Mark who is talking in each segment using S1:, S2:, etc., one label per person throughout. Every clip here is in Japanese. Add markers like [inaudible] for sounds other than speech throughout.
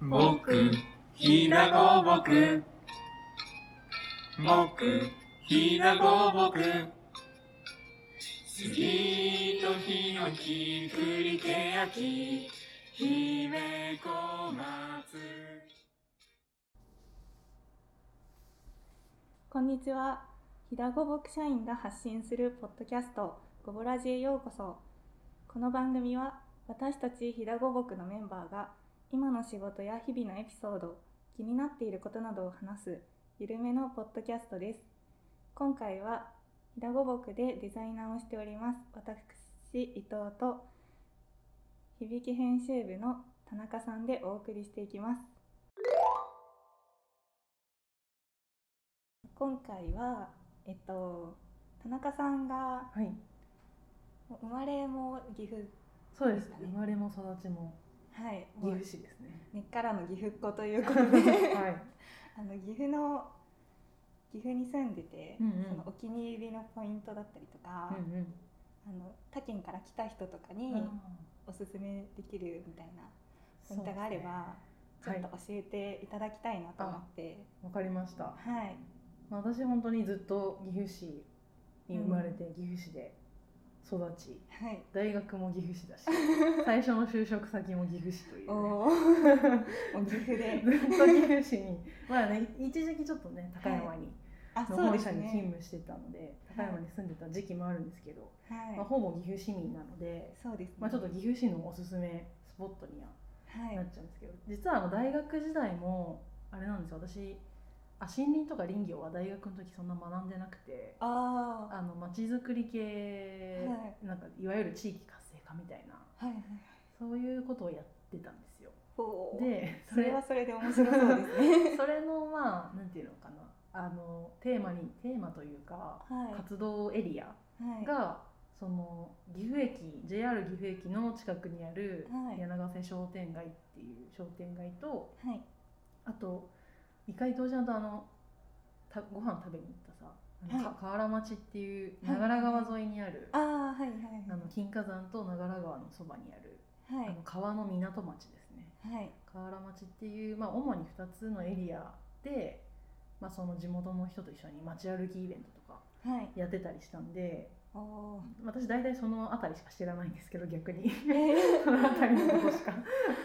S1: 木、ひなごぼく。木、ひなごぼく。杉とヒノキ、栗けやき、姫小松。
S2: こんにちは。ひだごぼく社員が発信するポッドキャスト、ごぼらじへようこそ。この番組は、私たちひだごぼくのメンバーが、今の仕事や日々のエピソード、気になっていることなどを話す、ゆるめのポッドキャストです。今回は、ひだごぼくでデザイナーをしております、私、伊藤と、響き編集部の田中さんでお送りしていきます。今回は、えっと、田中さんが
S3: はい、
S2: 生まれも岐阜
S3: そうです
S2: で。すね
S3: 生まれも育ちも
S2: はいも
S3: 岐
S2: う
S3: 阜市ですね。
S2: 根っからの岐阜っ子ということ
S3: [laughs]
S2: で
S3: は
S2: あの岐阜の岐阜に住んでて、
S3: うんうん
S2: そのお気に入りのポイントだったりとか、
S3: い。うん
S2: あの他県から来た人とか
S3: う
S2: に
S3: ん。
S2: おすすめできるみたいなポイントがあれば、
S3: そうです
S2: ちょっ
S3: ね
S2: と教えていただきたいなと思って、
S3: わかりました。
S2: はい、
S3: まあ私本当にずっと岐阜市に生まれて、岐阜市で育ち、
S2: はい、
S3: 大学も岐
S2: [laughs]
S3: 阜市だし、最初の就職先も岐阜市という
S2: お
S3: ね、
S2: [laughs] おーお岐阜で
S3: [laughs] ずっと岐阜市に、まあね、一時期ちょっとね高山に、
S2: あ
S3: の
S2: そう
S3: 本
S2: で
S3: 社
S2: す
S3: に勤
S2: ね
S3: 務してたので、高山に住んでた時期もあるんですけど、
S2: はい
S3: まあ、ほぼ岐阜市民なので、
S2: そうですね
S3: まあちょっと岐阜市のおすすめスポットには
S2: はい
S3: なっちゃうんですけど実はあの大学時代もあれなんですよ私あ森林とか林業は大学の時そんな学んでなくて
S2: ああ
S3: あの町づくり系、
S2: はい
S3: なんかいわゆる地域活性化みたいな
S2: はいはい
S3: そういうことをやってたんですよ
S2: おー
S3: で
S2: それはそれで面白そうです
S3: [laughs]
S2: ね
S3: それのまあなんていうのかなあのテーマにテーマというか、
S2: はい
S3: 活動エリア
S2: はい
S3: が、その岐阜駅 JR 岐阜駅の近くにある
S2: はい
S3: 柳ヶ瀬商店街っていう商店街と、
S2: はい
S3: あと二階堂ちゃんとあのたご飯食べに行ったさあの
S2: はい
S3: か河原町っていう
S2: はい
S3: 長良川沿いにある、
S2: ああはいはい
S3: あの金華山と長良川のそばにある、
S2: はいは
S3: あ
S2: い
S3: の川の港町ですね
S2: はい
S3: 河原町っていう、まあ、主に2つのエリアで、まあ、その地元の人と一緒に街歩きイベントとか
S2: はい
S3: やってたりしたんで
S2: おお
S3: 私大体その辺りしか知らないんですけど
S2: [laughs]
S3: 逆に [laughs]
S2: ーえ
S3: その辺りのことしか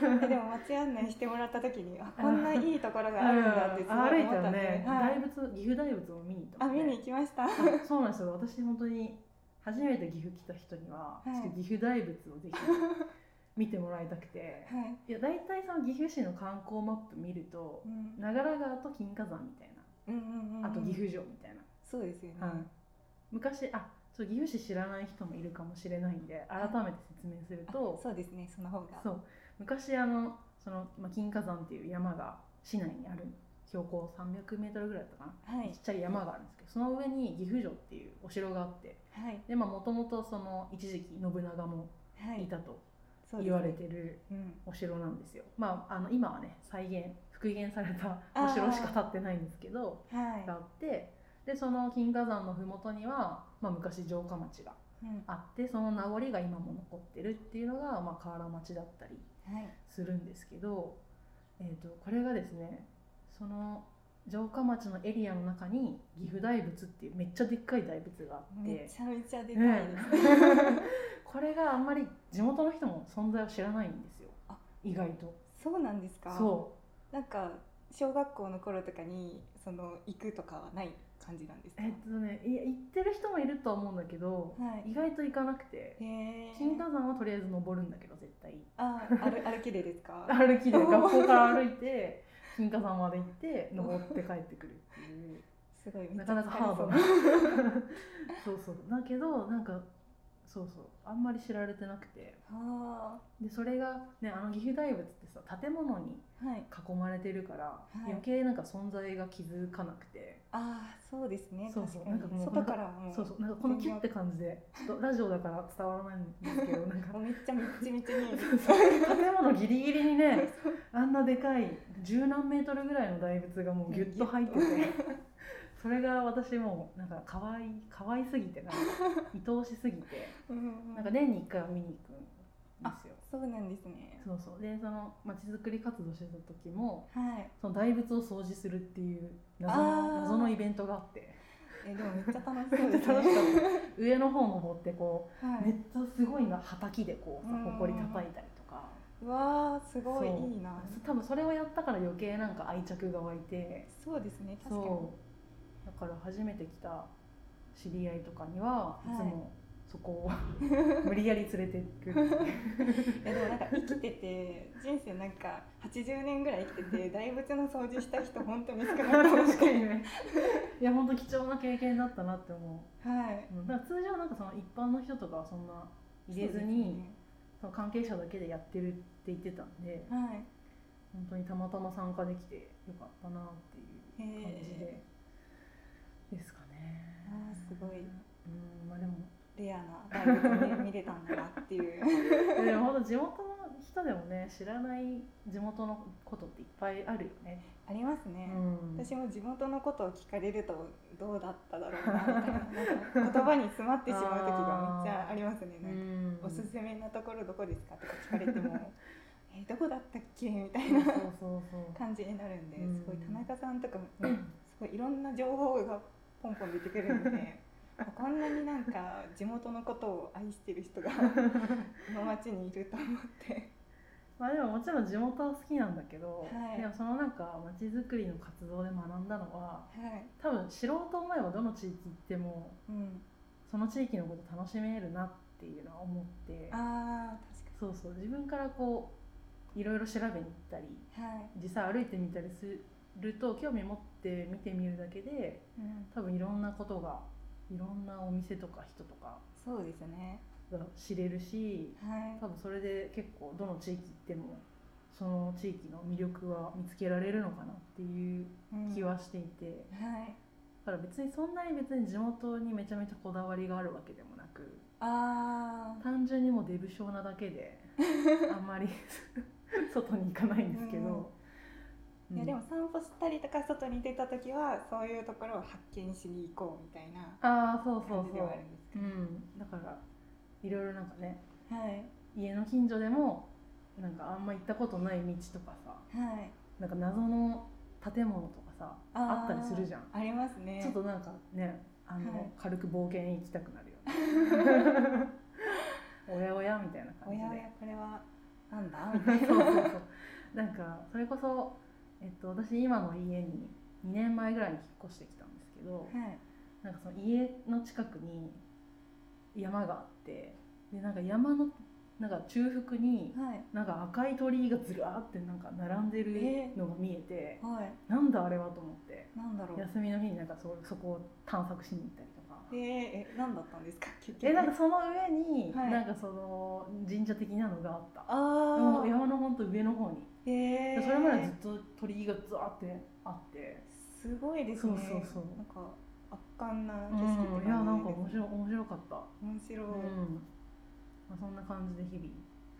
S2: ーでも街案内してもらった時にあこんないいところがあるんだってすご
S3: あ
S2: い
S3: 歩い
S2: 思
S3: た
S2: った
S3: よ
S2: んで
S3: ね、
S2: は
S3: 大
S2: い、
S3: 仏岐阜大仏を見に行った
S2: あ
S3: もんね
S2: 見に行きました
S3: あ [laughs] そうなんですよ私本当に初めて岐阜来た人には、
S2: はい
S3: ちょっと岐阜大仏をぜひ見てもらいたくて
S2: はい、
S3: いや大体その岐阜市の観光マップ見ると
S2: うん、
S3: 長良川と金華山みたい
S2: うんうんうんうん
S3: なあと岐阜城みたいな、
S2: そうですよね、
S3: はい昔あちょっと岐阜市知らない人もいるかもしれないんで改めて説明する
S2: あ
S3: と、
S2: そうですねその方が
S3: そう昔あのその、まあ、金華山っていう山が市内にある標高3 0 0ルぐらいだったかな、
S2: はい
S3: ちっちゃい山があるんですけどその上に岐阜城っていうお城があって
S2: はい
S3: でまあもともとその一時期信長も
S2: はい
S3: いたと
S2: そうですね
S3: 言われてる
S2: うん
S3: お城なんですよ。まああの今はね再現復元されたお城しか建ってないんですけどが
S2: は
S3: あってでその金華山の麓には、まあ、昔城下町が
S2: い、うん、
S3: あってその名残が今も残ってるっていうのが、まあ、河原町だったり
S2: はい
S3: するんですけど、えー、とこれがですねその城下町のエリアの中に岐阜大仏っていうめっちゃでっかい大仏があって。
S2: めちゃめちゃでかい
S3: ね
S2: です、
S3: これがあんまり地元の人も存在を知らないんですよ
S2: あ
S3: 意外と
S2: [laughs] そうなんですか
S3: そ
S2: なんか小学校の頃とかにその行くとかはない感じなんです
S3: う
S2: か。
S3: えっとねいや行ってる人もいるとは思うんだけど
S2: はい。
S3: 意外と行かなくて
S2: へえ。
S3: 金華山はとりあえず登るんだけど絶対
S2: あ、歩 [laughs] 歩きでですか。
S3: 歩きで学校から歩い [laughs] て金華山まで行って登って帰ってくるっていう
S2: すごい。
S3: なかなかハードな
S2: めっちゃ疲れ
S3: [laughs] そうそうだけどなんかそうそうあんまり知られてなくて
S2: そう。は
S3: でそれがねあの岐阜大仏ってさ建物に
S2: あ。はい。
S3: 囲まれてるから、
S2: い
S3: 余計なんか存在が気づかなくて、
S2: あー、そうですね。
S3: そうそう
S2: 確
S3: な
S2: か
S3: ん
S2: に
S3: かもう
S2: 外からはもう。
S3: そうそうなんかこのキュッて感じでちょっとラジオだから伝わらないんですけどなんか [laughs]
S2: もうめっちゃみっちみちに。
S3: 建物ギリギリに [laughs] ねあんなでかい十何メートルぐらいの大仏がもうギュッと入って [laughs] て
S2: ギュ
S3: それが私もうなんか可愛い可愛すぎてなんか愛おしすぎて
S2: うん
S3: なんか年に1回は見に行くんですよ。
S2: そうなんですね。
S3: そうそうでそのまちづくり活動してた時も
S2: はい。
S3: その大仏を掃除するっていう謎
S2: あー
S3: の謎のイベントがあって
S2: えでもめっちゃ楽しそうですね。
S3: [laughs] めっちゃ楽しか上の方登ってこ
S2: は
S3: うめっ
S2: い。
S3: ちゃすごいなはたきでこうさ
S2: うん
S3: ほこり叩いたりとか
S2: うわーすごい
S3: そう
S2: いいな。
S3: 多分それをやったから余計なんか愛着が湧いて
S2: そうですね。確かに。
S3: そうだから初めて来た知り合いとかには
S2: はい
S3: いつもそこを [laughs] 無理やり連れていく
S2: いやでもなんか生きてて人生なんか80年ぐらい生きてて大仏の掃除した人本当に少ないかもし
S3: 確か
S2: れな
S3: に
S2: い。
S3: ねいや本当貴重な経験だったなって思
S2: はい。
S3: う、うん、だから通常なんかその一般の人とかはそんな入れずにそ、の関係者だけでやってるって言ってたん
S2: そ
S3: で
S2: うですね。はい。
S3: 本当にたまたま参加できてよかったなっていう
S2: へー
S3: 感じで、ですかね
S2: あーすごい
S3: うんまあでも
S2: レアな大仏ね見れたんだなって
S3: [laughs]
S2: いう。
S3: いやでも本当地元の人でもね知らない地元のことっていっぱいあるよね。
S2: ありますね。
S3: うん
S2: 私も地元のことを聞かれるとどうだっただろうなみたいななんか言葉に詰まってしまう時がめっちゃありますねなんか、
S3: うん
S2: おすすめなところどこですかとか聞かれて
S3: [laughs]
S2: もえどこだったっけみたい
S3: そう
S2: な
S3: そうそう
S2: 感じになるんで
S3: うん
S2: すごい田中さんとかもねすごいいろんな情報がポンポン出てくるん
S3: [laughs]
S2: でこんなになんか地元のことを愛してる
S3: [laughs]
S2: 人がこの町にいると思って
S3: まあでももちろん地元は好きなんだけど、
S2: はい
S3: でもそのなんか街づくりの活動で学んだのは
S2: はい、
S3: 多分素人前はどの地域行っても
S2: うん、
S3: その地域のこと楽しめるなっていうのは思って
S2: あー
S3: そうそう自分からこういろいろ調べに行ったり
S2: 確かにはい、
S3: 実際歩いてみたりすると興味持って見てみるだけで
S2: うん、
S3: 多分いろんなことがいろんなお店とか人とか
S2: そうですね
S3: が知れるし
S2: はい
S3: 多分それで結構どの地域行ってもその地域の魅力は見つけられるのかなっていう
S2: うん
S3: 気はしていて、だ
S2: はい
S3: から別にそんなに別に地元にめちゃめちゃこだわりがあるわけでもなく
S2: あー
S3: 単純にもうデブ症なだけで
S2: [laughs]
S3: あんまり [laughs] 外に行かないんですけど、
S2: いや
S3: うん
S2: でも散歩したりとか外に出た時はそういうところを発見しに行こうみたいな
S3: ああそうそう
S2: 感じで
S3: そう
S2: はあるんです
S3: う
S2: けど
S3: んだからいろいろなんかね
S2: はい
S3: 家の近所でもなんかあんま行ったことない道とかさ
S2: はい
S3: なんか謎の建物とかさあったりするじゃん、
S2: ありますね
S3: ちょっとなんかねあの、
S2: はい
S3: 軽く冒険行きたくなるよね
S2: [laughs]
S3: おやおやみたいな
S2: お
S3: 感じ
S2: や
S3: で
S2: おやこれはなんだみたいな
S3: そうそうそうなんかそれこそ、えっと、私今の家に2年前ぐらいに引っ越してきたんですけど、
S2: はい
S3: なんかその家の近くに山があってでなんか山のなんか中腹に
S2: はい
S3: なんか赤い鳥居がずらーってなんか並んでるのが見えて、
S2: はい
S3: なんだあれはと思って
S2: なんだろう
S3: 休みの日になんかそそこを探索しに行ったりとか
S2: えー、え何だったんですか結局
S3: えなんかその上に、
S2: はい
S3: なんかその神社的なのがあった
S2: あ
S3: もう
S2: ー
S3: 山のほんと上の方に、
S2: えー、
S3: でそれまでずっと鳥居がずわーってあって
S2: すごいですね
S3: そうそうそう
S2: なんか圧巻な景色って感じで
S3: うんいやなんか面白面白かった、
S2: 面白い、
S3: うんまあ、そんな感じで日々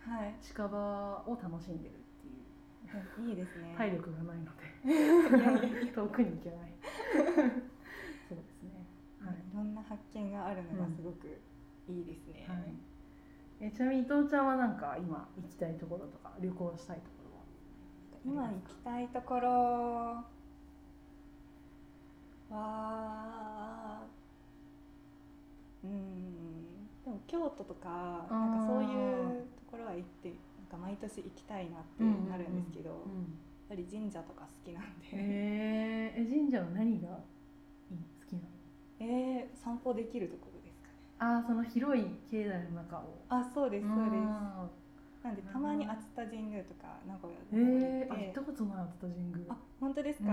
S2: はい
S3: 近場を楽しんでるっていう
S2: いいですね
S3: 体力がないので
S2: いやいや
S3: 遠くに行けない
S2: [laughs]
S3: そうですねはい
S2: い、ろんな発見があるのが
S3: うん
S2: すごくいいですね。
S3: はい、えちなみに伊藤ちゃんはなんか今行きたいところとか旅行したいところは
S2: 今行きたいところはうんでも京都とか
S3: あー
S2: なんかそういうところは行ってなんか毎年行きたいなってなるんですけど、やっぱり神社とか好きなんで、
S3: えーえ神社は何がいい好きなの
S2: えー散歩できるところですかね。
S3: ああその広い境内の中を
S2: あそうですそうです。
S3: あ
S2: なんでたまに熱田神宮とか名古屋
S3: ーえー、あ
S2: 行
S3: 行ったことない熱田神宮
S2: あ本当ですか、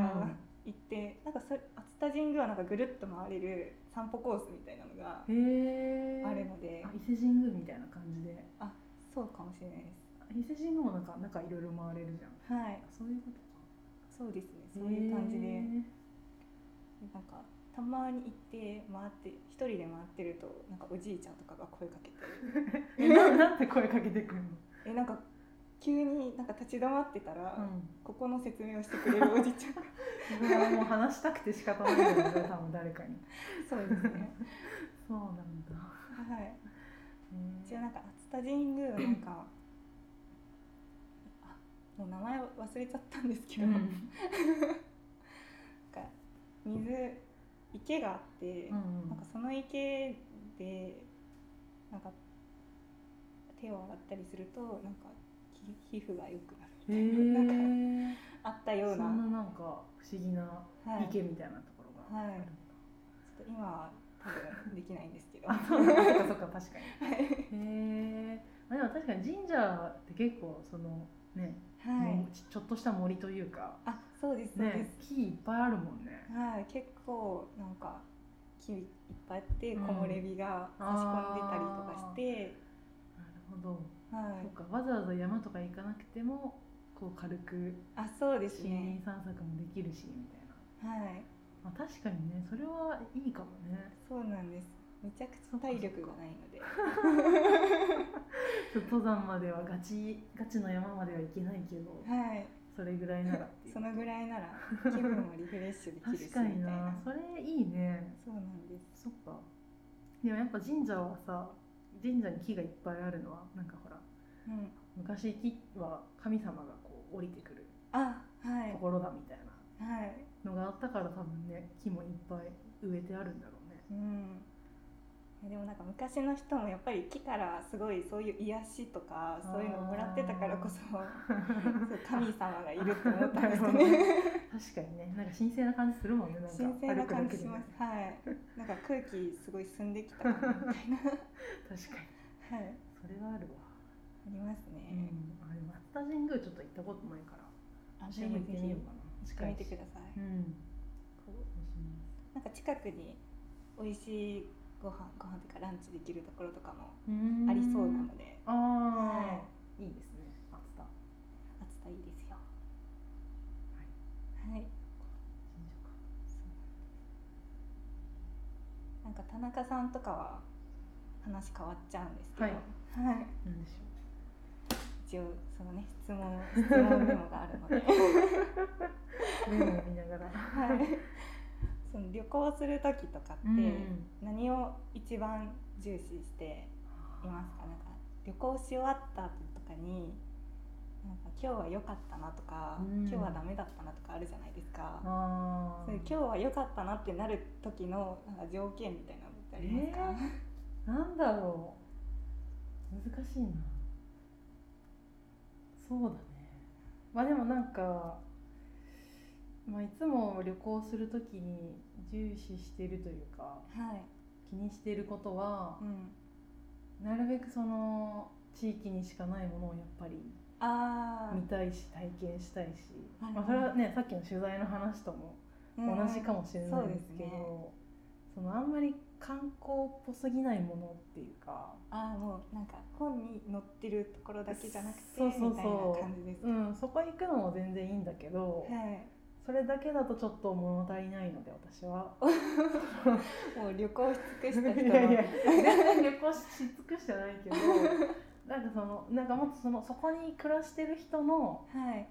S2: 行ってなんかそれ熱田神宮はなんかぐるっと回れる散歩コースみたいなのが
S3: うん、えー、
S2: あるので、
S3: あ伊勢神宮みたいな感じで
S2: あそうかもしれないで
S3: 伊勢神宮もなんか中いろいろ回れるじゃん
S2: すはい
S3: そういうことか
S2: そうですねそういう感じで、
S3: えー
S2: なんかたまに行って回って一人で回ってるとなんかおじいちゃんとかが声かけて
S3: えな [laughs] なんて声かけてくるの、
S2: えなんか急になんか立ち止まってたら、
S3: うん
S2: ここの説明をしてくれるおじいちゃんが
S3: 自分はもう話したくて仕方ないんだよね多分誰かに
S2: [laughs] そうですね
S3: そうなんだ
S2: はい
S3: へー
S2: 一応なんか熱田神宮はなんかもう名前忘れちゃったんですけ
S3: う
S2: ど、なん
S3: ん
S2: か水池があって、
S3: うん
S2: なんかその池でなんか手を洗ったりするとなんかき皮膚が良くなる
S3: へえ
S2: みたいな,、なんかあったよう
S3: そ
S2: な。
S3: んななんか不思議な
S2: はい
S3: 池みたいなところがあるんだ
S2: ちょっと今は多分できないんです
S3: [laughs]
S2: けど。
S3: あそうなんだそっかそっか確か
S2: [laughs]
S3: に。へえ。まあでも確かに神社って結構そのね、
S2: はい
S3: もう。ちちょっとした森というか、
S2: あ、そうですそうです
S3: ね。、木いっぱいあるもんね。
S2: はい、結構なんか木いっぱいあって木
S3: うん
S2: 漏れ日が差し込んでたりとかして、
S3: なるほど。
S2: は
S3: そ
S2: い
S3: っ。かわざわざ山とか行かなくてもこう軽く
S2: あ、そうです
S3: 森
S2: ね。
S3: 林散策もできるしみたいな。
S2: はい。
S3: まあ確かにね、それはいいかもね。
S2: [laughs] そうなんです。めちゃくちゃ体力がないので、
S3: ちょっと登山まではガチガチの山までは行けないけど、
S2: はい。
S3: それぐらいならっていう
S2: そのぐらいなら気分もリフレッシュできるしみ
S3: 確
S2: た
S3: か
S2: い
S3: に
S2: な。
S3: な。それいいね。
S2: そうなんです。
S3: そっかでもやっぱ神社はさ神社に木がいっぱいあるのはなんかほら
S2: うん。
S3: 昔木は神様がこう降りてくる
S2: あ、はい
S3: ところだみたい
S2: はい。
S3: なのがあったから多分ね木もいっぱい植えてあるんだろ
S2: [laughs]
S3: うね
S2: うん、いやでもなんか昔の人もやっぱり木からすごいそういう癒しとかそういうのもらってたからこそそう神様がいるって思ったんですか
S3: なるほど
S2: ね
S3: 確かにねなんか神聖な感じするもんねなんか
S2: 神聖な感じします
S3: 歩くだ
S2: はいなんか空気すごい澄んできたかなみたいなはい
S3: けでね確かに
S2: あ
S3: それはあるわ、
S2: ります
S3: う
S2: ね、
S3: ん、あれ松田神宮ちょっと行ったことないから
S2: あ
S3: 私
S2: ぜひ
S3: も
S2: ぜ
S3: 行って
S2: ひ
S3: みよう
S2: 行
S3: かな
S2: ってみてくだ
S3: い
S2: さい、
S3: うん
S2: こうなんか近くに美味しいご飯ご飯というかランチできるところとかも
S3: うん
S2: ありそうなので
S3: ああ、いいですね松田
S2: 暑さいいですよはい
S3: 神社か
S2: なんか田中さんとかは話変わっちゃうんですけど、
S3: はい
S2: はい
S3: なんでしょ
S2: 一応そのね質問質問メモがある
S3: [laughs]
S2: ので、はい、
S3: う。メモを見ながら。
S2: その旅行する時とかって
S3: うん
S2: 何を一番重視していますか、なんか旅行し終わった後とかになんか今日は良かったなとか、
S3: うん
S2: 今日はダメだったなとかあるじゃないですか、
S3: ああ
S2: そういう。今日は良かったなってなる時のなんか条件みたいなのってありますか、
S3: えーなんだろう。難しいな。そうだね。まあでもなんか、まあいつも旅行するときに重視してるというか、
S2: はい、
S3: 気にしてることは
S2: う、ん、
S3: なるべくその地域にしかないものをやっぱり
S2: あ
S3: 見たいし体験したいし、
S2: はい
S3: まあそれはねさっきの取材の話とも
S2: あ、うん
S3: 同じかもしれないですけ
S2: そうで
S3: ど、
S2: すね
S3: そのあんまり観光っぽすぎないものっていうか、
S2: ああもうなんか本に載ってるところだけじゃなくて
S3: そうそうそう
S2: みたいな感じです
S3: う
S2: ね、
S3: ん、そこ行くのも全然いいんだけど、それだけだとちょっと物足りないので私は。
S2: はいもう旅行し尽く
S3: い
S2: した
S3: [laughs]
S2: 人の
S3: や
S2: [laughs]
S3: いや全然旅行し尽くしてないけどなんかそのなんかもっとそのそこに暮らしてる人の
S2: はい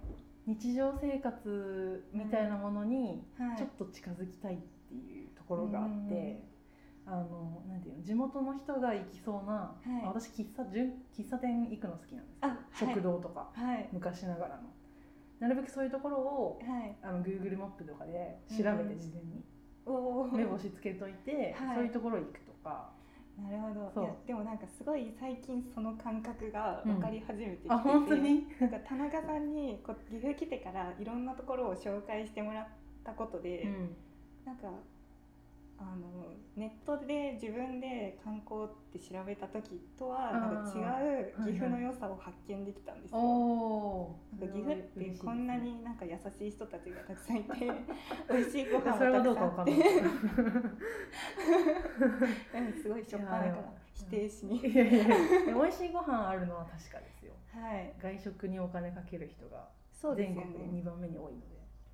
S3: 日常生活みたいなものに
S2: はい
S3: ちょっと近づきたいっていうところがあって、
S2: うん
S3: あのなんていうの地元の人が行きそうな、
S2: い
S3: あ私喫茶純喫茶店行くの好きなんです
S2: あ
S3: よ
S2: はい
S3: 食堂とか、
S2: はい
S3: 昔ながらのなるべくそういうところを
S2: はい
S3: あの Google マップとかで調べて
S2: うん
S3: 事前に
S2: おお
S3: 目
S2: なる
S3: 星つけといて、
S2: はい
S3: そういうところ行くとか
S2: ほど
S3: そう
S2: いやでもなんかすごい最近その感覚が分かり始めてきてて、
S3: あ本当に
S2: なんか田中さんにこう岐阜来てからいろんなところを紹介してもらったことで、
S3: うん
S2: なんかあのネットで自分で観光って調べた時とはなんか違
S3: あー
S2: う岐阜の良さを発見できたんですよ。
S3: おー
S2: なんか岐阜っ
S3: そ
S2: て
S3: れは嬉しいですね
S2: こんなになんか優しい人たちがたくさ
S3: [laughs]
S2: んいて美味しいご [laughs] 飯
S3: それは
S2: が
S3: ど
S2: た
S3: う
S2: く
S3: か
S2: さん
S3: わか
S2: あっ
S3: ん
S2: て
S3: [laughs] ない
S2: うんすごいしょっぱなから否定しに、
S3: いやいやいや美味しいご飯あるのは確かですよ
S2: はい
S3: 外食にお金かける人が
S2: そうです
S3: 全
S2: よ
S3: 国で
S2: ね
S3: 2番目に多いので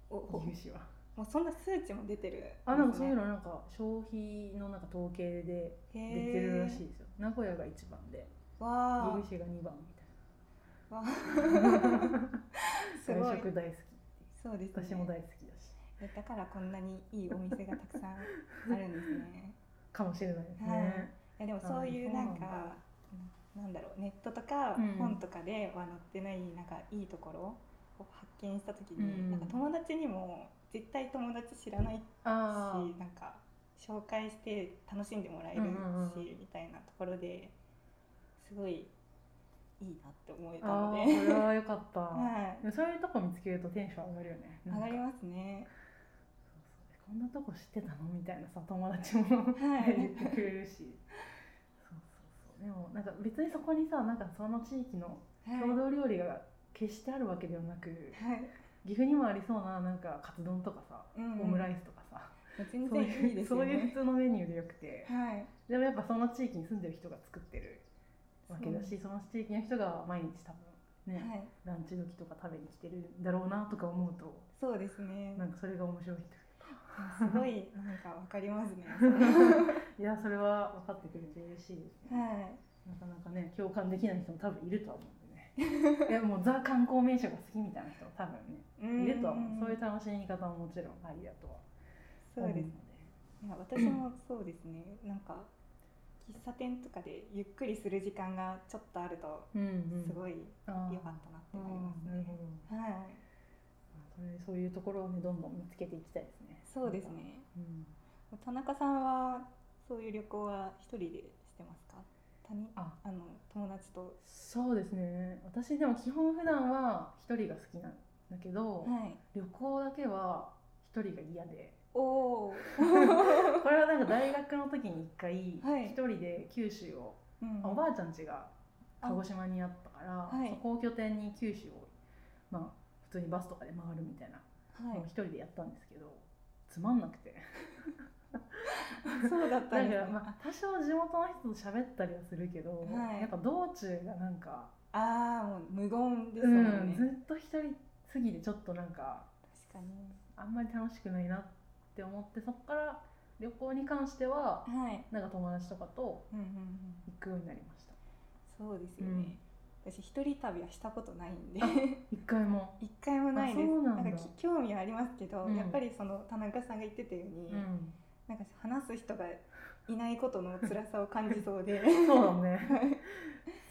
S2: おお
S3: 岐阜市は
S2: もうそんな数値も出てるんですね、
S3: あなんかそういうのなんか消費のなんか統計で
S2: 出
S3: 出てるらしいですよ名古屋が1番で岐
S2: わ
S3: 阜市が2番みたいな
S2: あわあ
S3: [laughs]
S2: すご
S3: 外
S2: い
S3: 食大好き
S2: そうですね
S3: 私も大好きだし
S2: だからこんなにいいお店がたくさんあるんですね。
S3: かもしれないですね、
S2: はいいやでもそういうなん
S3: あ
S2: かなんだろうネットとか
S3: うん
S2: 本とかでは載ってないなんかいいところこう発見した時に、
S3: うん
S2: なんか友達にも絶対友達知らないし、
S3: あ
S2: なんか紹介して楽しんでもらえるし、
S3: うんうんうん
S2: みたいなところですごいいいなって思え
S3: あ
S2: た
S3: あ
S2: の
S3: ー
S2: で、
S3: これは良かった、
S2: [laughs] は
S3: でもそういうとこ見つけるとテンション上がるよね
S2: い、上がり
S3: す
S2: ますね。
S3: こんなとこ知ってたのみたいなさ友達も
S2: はい
S3: 言ってくれるしそうそうそうでもなんか別にそこにさなんかその地域の
S2: はい、
S3: 郷
S2: は
S3: 土料理が決してあるわけではなく、
S2: い、
S3: 岐阜にもありそうななんかカツ丼とかさ、
S2: うんうん
S3: オムライスとかさ
S2: 全
S3: そう
S2: 然
S3: いう
S2: いいです
S3: そ
S2: よ
S3: ういう普
S2: ね。
S3: 通のメニューでよくて、
S2: はい、
S3: でもやっぱその地域に住んでる人が作ってるわけだ
S2: そ
S3: しその地域の人が毎日多分
S2: は
S3: ね、
S2: い、
S3: ランチ時とか食べに来てるんだろうなとか思うと
S2: そうですね。
S3: なんかそれが面白いという
S2: すごいなんかわかりますね。
S3: いやそれは分かってくれて嬉しいですね、
S2: は
S3: なかなかね共感できない人も多分いるとは思うんでね [laughs] いやもうザ観光名所が好きみたいな人も多分ね
S2: い。
S3: いるとは思う、
S2: ん
S3: そういう楽しみ方ももちろんありだとは
S2: そう
S3: 思うの
S2: で。
S3: です
S2: いや私もそうですね。なんか喫茶店とかでゆっくりする時間がちょっとあると
S3: うん
S2: すごい良
S3: 良
S2: かったなって思います
S3: なる
S2: ね
S3: ほ。ど
S2: はい。
S3: まあそれそういうところをねどんどん見つけていきたいですね
S2: そうです、ね。
S3: うん、
S2: 田中さんはそういう旅行は一人でしてますか？他人
S3: あ
S2: あの友達と。
S3: そうですね私でも基本普段は一人が好きなんだけど、
S2: はい。
S3: 旅行だけは一人が嫌で
S2: おお。
S3: これはなんか大学の時に一回
S2: はい
S3: 一人で九州を、
S2: うん
S3: おばあちゃん家が鹿児島にあったから、
S2: はい
S3: そこを拠点に九州をまあ普通にバスとかで回るみたいな
S2: は
S3: のを一人でやったんですけど、つまんなくて
S2: い。そうだった
S3: だ
S2: んで
S3: か
S2: す
S3: ら
S2: ね。
S3: まあ多少地元の人と喋ったりはするけど、
S2: はい
S3: やっぱ道中がなんか、
S2: ああもう無言です
S3: う
S2: もん
S3: ん、
S2: ね。
S3: ずっと一人すぎてちょっとなんか
S2: 確かに。
S3: あんまり楽しくないなって思ってそこから旅行に関しては
S2: はい。
S3: なんか友達とかと
S2: うんうんうん。
S3: 行くようになりました
S2: そうですよね。私一人旅はしたことないんで
S3: あ一回も、
S2: [laughs] 一回もないです。
S3: あそうな
S2: なん
S3: だ
S2: んかき興味はありますけど、
S3: うん
S2: やっぱりその田中さんが言ってたように、
S3: うん、
S2: なんか話す人がいないことの辛さを感じそう
S3: [laughs]
S2: で、
S3: そうだね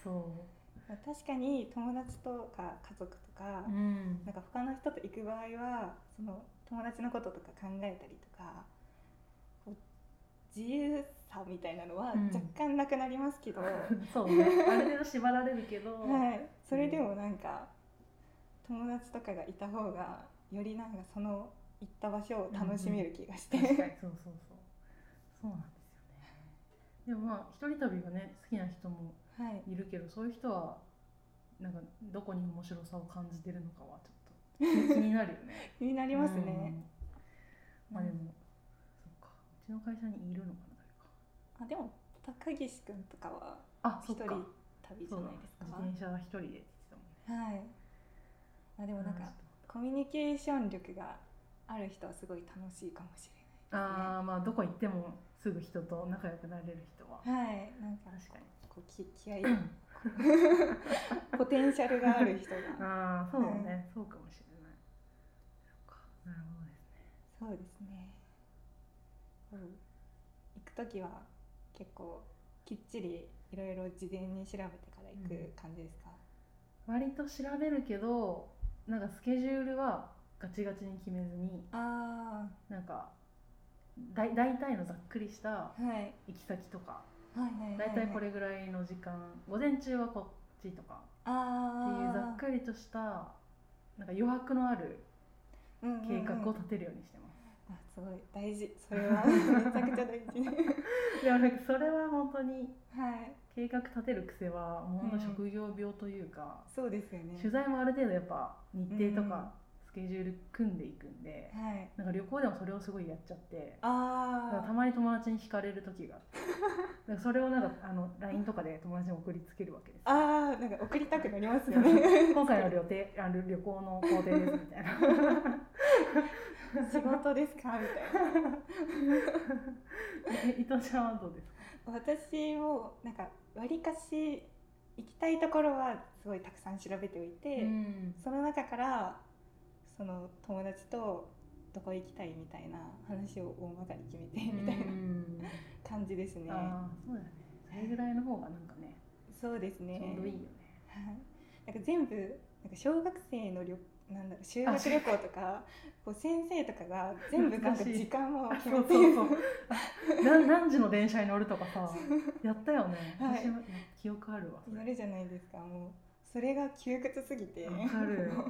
S3: そ
S2: まあ確かに友達とか家族とか、
S3: う、うん
S2: なんか他の人と行く場合はその友達のこととか考えたりとか。こう自由さみたいなのは
S3: うん
S2: 若干なくなりますけ
S3: [laughs]
S2: ど、
S3: そうねある程度縛られるけど、
S2: はい、それでもなんか、友達とかがいた方がよりなんかその行った場所を楽しめる気がして、
S3: 確かにそうそうそうそうなんですよねでもまあ一人旅がね好きな人も
S2: [laughs] はい、
S3: いるけどそういう人はなんかどこに面白さを感じてるのかはちょっと気になるよね
S2: [laughs] 気にな
S3: あ
S2: りますね、、
S3: うんまあでもそうかうちの会社にいるのかな誰か
S2: あでも高岸くんとかは
S3: あ
S2: 一
S3: そっ
S2: 人
S3: か
S2: 旅じ
S3: そ
S2: ゃ
S3: う
S2: な
S3: だ
S2: い
S3: ね
S2: です
S3: 自
S2: か
S3: 転車は一人でって言ってたもんね
S2: はいあでもなん
S3: うん
S2: かコミュニケーション力がある人はすごい楽しいかもしれな
S3: ああまあどこ行ってもすぐ人と仲良くなれる人はい
S2: ですねはいなんか
S3: 確かに
S2: こうき気合 [laughs] いポテンシャルがある人が
S3: ああそうだね、
S2: は
S3: そうかもしれないそっかなるほど
S2: そう
S3: ですね
S2: ですね。うん、行くときは結構きっちりいろいろ事前に調べてから行
S3: うん
S2: く感じですか。
S3: 割と調べるけどなんかスケジュールはガチガチに決めずに
S2: あ
S3: なんかだい大体のざっくりした
S2: あ、はい、
S3: 行き先とか
S2: はいはいはい、はい。
S3: 大体こ。れぐらいの時間午前中はこっちとかって
S2: ああ。
S3: いうざっくりとしたなんか余白のある
S2: うんうんうん
S3: 計画を立てるようにしてます、
S2: あすごい大 [laughs] 事。それはめちゃくちゃ大事。
S3: でもなんかそれは本当に
S2: はい。
S3: 計画立てる癖はもう本当
S2: うん
S3: 職業病というか、
S2: そうですよね。
S3: 取材もある程度やっぱ日程と
S2: うん
S3: かスケジュール組んでいくんで、
S2: はい。
S3: なんか旅行でもそれをすごいやっちゃってなんか
S2: あ
S3: たまに友達に惹かれる時があって [laughs] なんかそれをなんかあの LINE とかで友達に送りつけるわけです
S2: あ。ああ、なんか送りたくなりますよ
S3: そ
S2: [laughs]
S3: う
S2: ね。
S3: 今回の旅程あの旅行の行程ですみたいな
S2: [laughs] 仕事ですかみたいな。
S3: え伊藤ちゃんはどうですか
S2: 私もなんかわりかし行きたいところはすごいたくさん調べておいて、
S3: ん
S2: その中からその友達とどこ行きたいみたいな話を大まかに決めてみたいな感じですね。
S3: ああそうだよねそれぐらいの方がなんかね
S2: そうですね
S3: ちょうどいいよね
S2: はいなんか全部なんか小学生の旅なんだろう修学旅行とかこう先生とかが全部書
S3: 難
S2: く
S3: しい
S2: 時間を決
S3: そ
S2: め
S3: う
S2: て
S3: そうそうな何時の電車に乗るとかさやったよね、
S2: はい
S3: 私もや記憶あるわそれ
S2: やるじゃないですかもうそれが窮屈すぎて
S3: わか
S2: [laughs]
S3: る
S2: も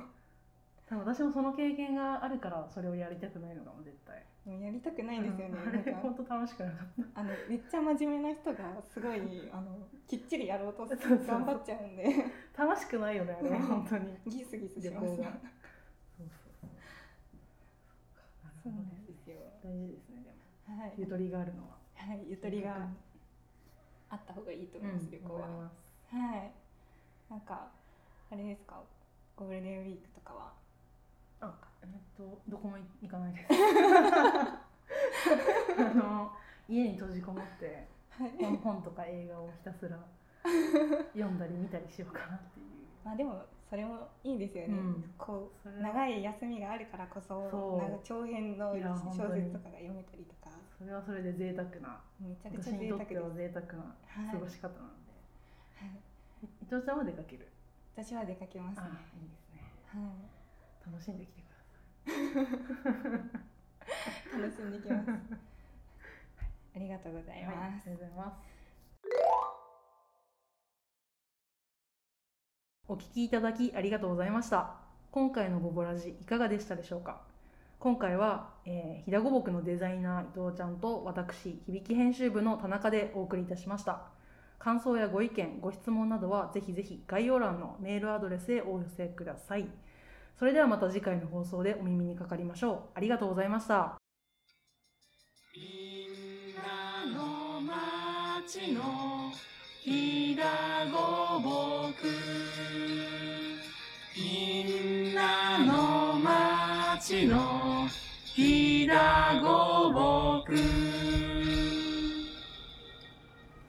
S3: 多分私もその経験があるからそれをやりたくないのかも絶対
S2: うもうやりたくないんですよね、
S3: うんあ
S2: なん
S3: [laughs]
S2: か
S3: れ本当楽しくなかっ
S2: あのめっちゃ真面目な人がす
S3: [laughs]
S2: ごいあのきっちりやろうと
S3: そうそう
S2: 頑張っちゃうんで [laughs]
S3: た楽しくないよねあれ
S2: うん
S3: 本当に
S2: ギスギスしますそ
S3: 旅行
S2: う
S3: がそうそう
S2: なん
S3: なるほどね
S2: ですよ
S3: 大事ですねでも
S2: はい
S3: ゆとりがあるのは
S2: はい、ゆとりがあった方がいいと思います、旅行は
S3: 思います
S2: はいなんかあれですかゴールデンウィークとかは
S3: あえっとどこも行か [laughs] ないですあの家に閉じこもって
S2: はい
S3: 本本とか映画をひたすら読んだり見たりしようかなっていう
S2: [laughs] まあでもそれもいいですよね、
S3: うん
S2: こ
S3: そうれ
S2: 長い休みがあるからこそ
S3: そう
S2: なんか長編の
S3: いや
S2: 小
S3: 本
S2: 説
S3: 当に
S2: とかが読めたりとか
S3: それはそれで贅沢な
S2: めちゃく
S3: 私
S2: ちゃ贅
S3: にと
S2: 沢で
S3: っ
S2: す
S3: ては贅沢な
S2: はい
S3: 過ごし方なんで、
S2: はい
S3: 伊藤ちゃんは出かける
S2: 私は出かけますね
S3: ああいいですね
S2: は
S3: 楽しんできてくだ
S2: い楽しんできます
S3: さい
S2: ありがとうござい
S3: はいあ
S2: ます、
S3: りがとうございますお聞きいただきありがとうございました今回のごぼらじいかがでしたでしょうか今回は、えー、ひだごぼくのデザイナー伊藤ちゃんと私響き編集部の田中でお送りいたしました感想やご意見ご質問などはぜひぜひ概要欄のメールアドレスへお寄せくださいそれではまた次回の放送でお耳にかかりましょうありがとうございました
S1: みんなの町のひだごぼくみんなの町のひだごぼく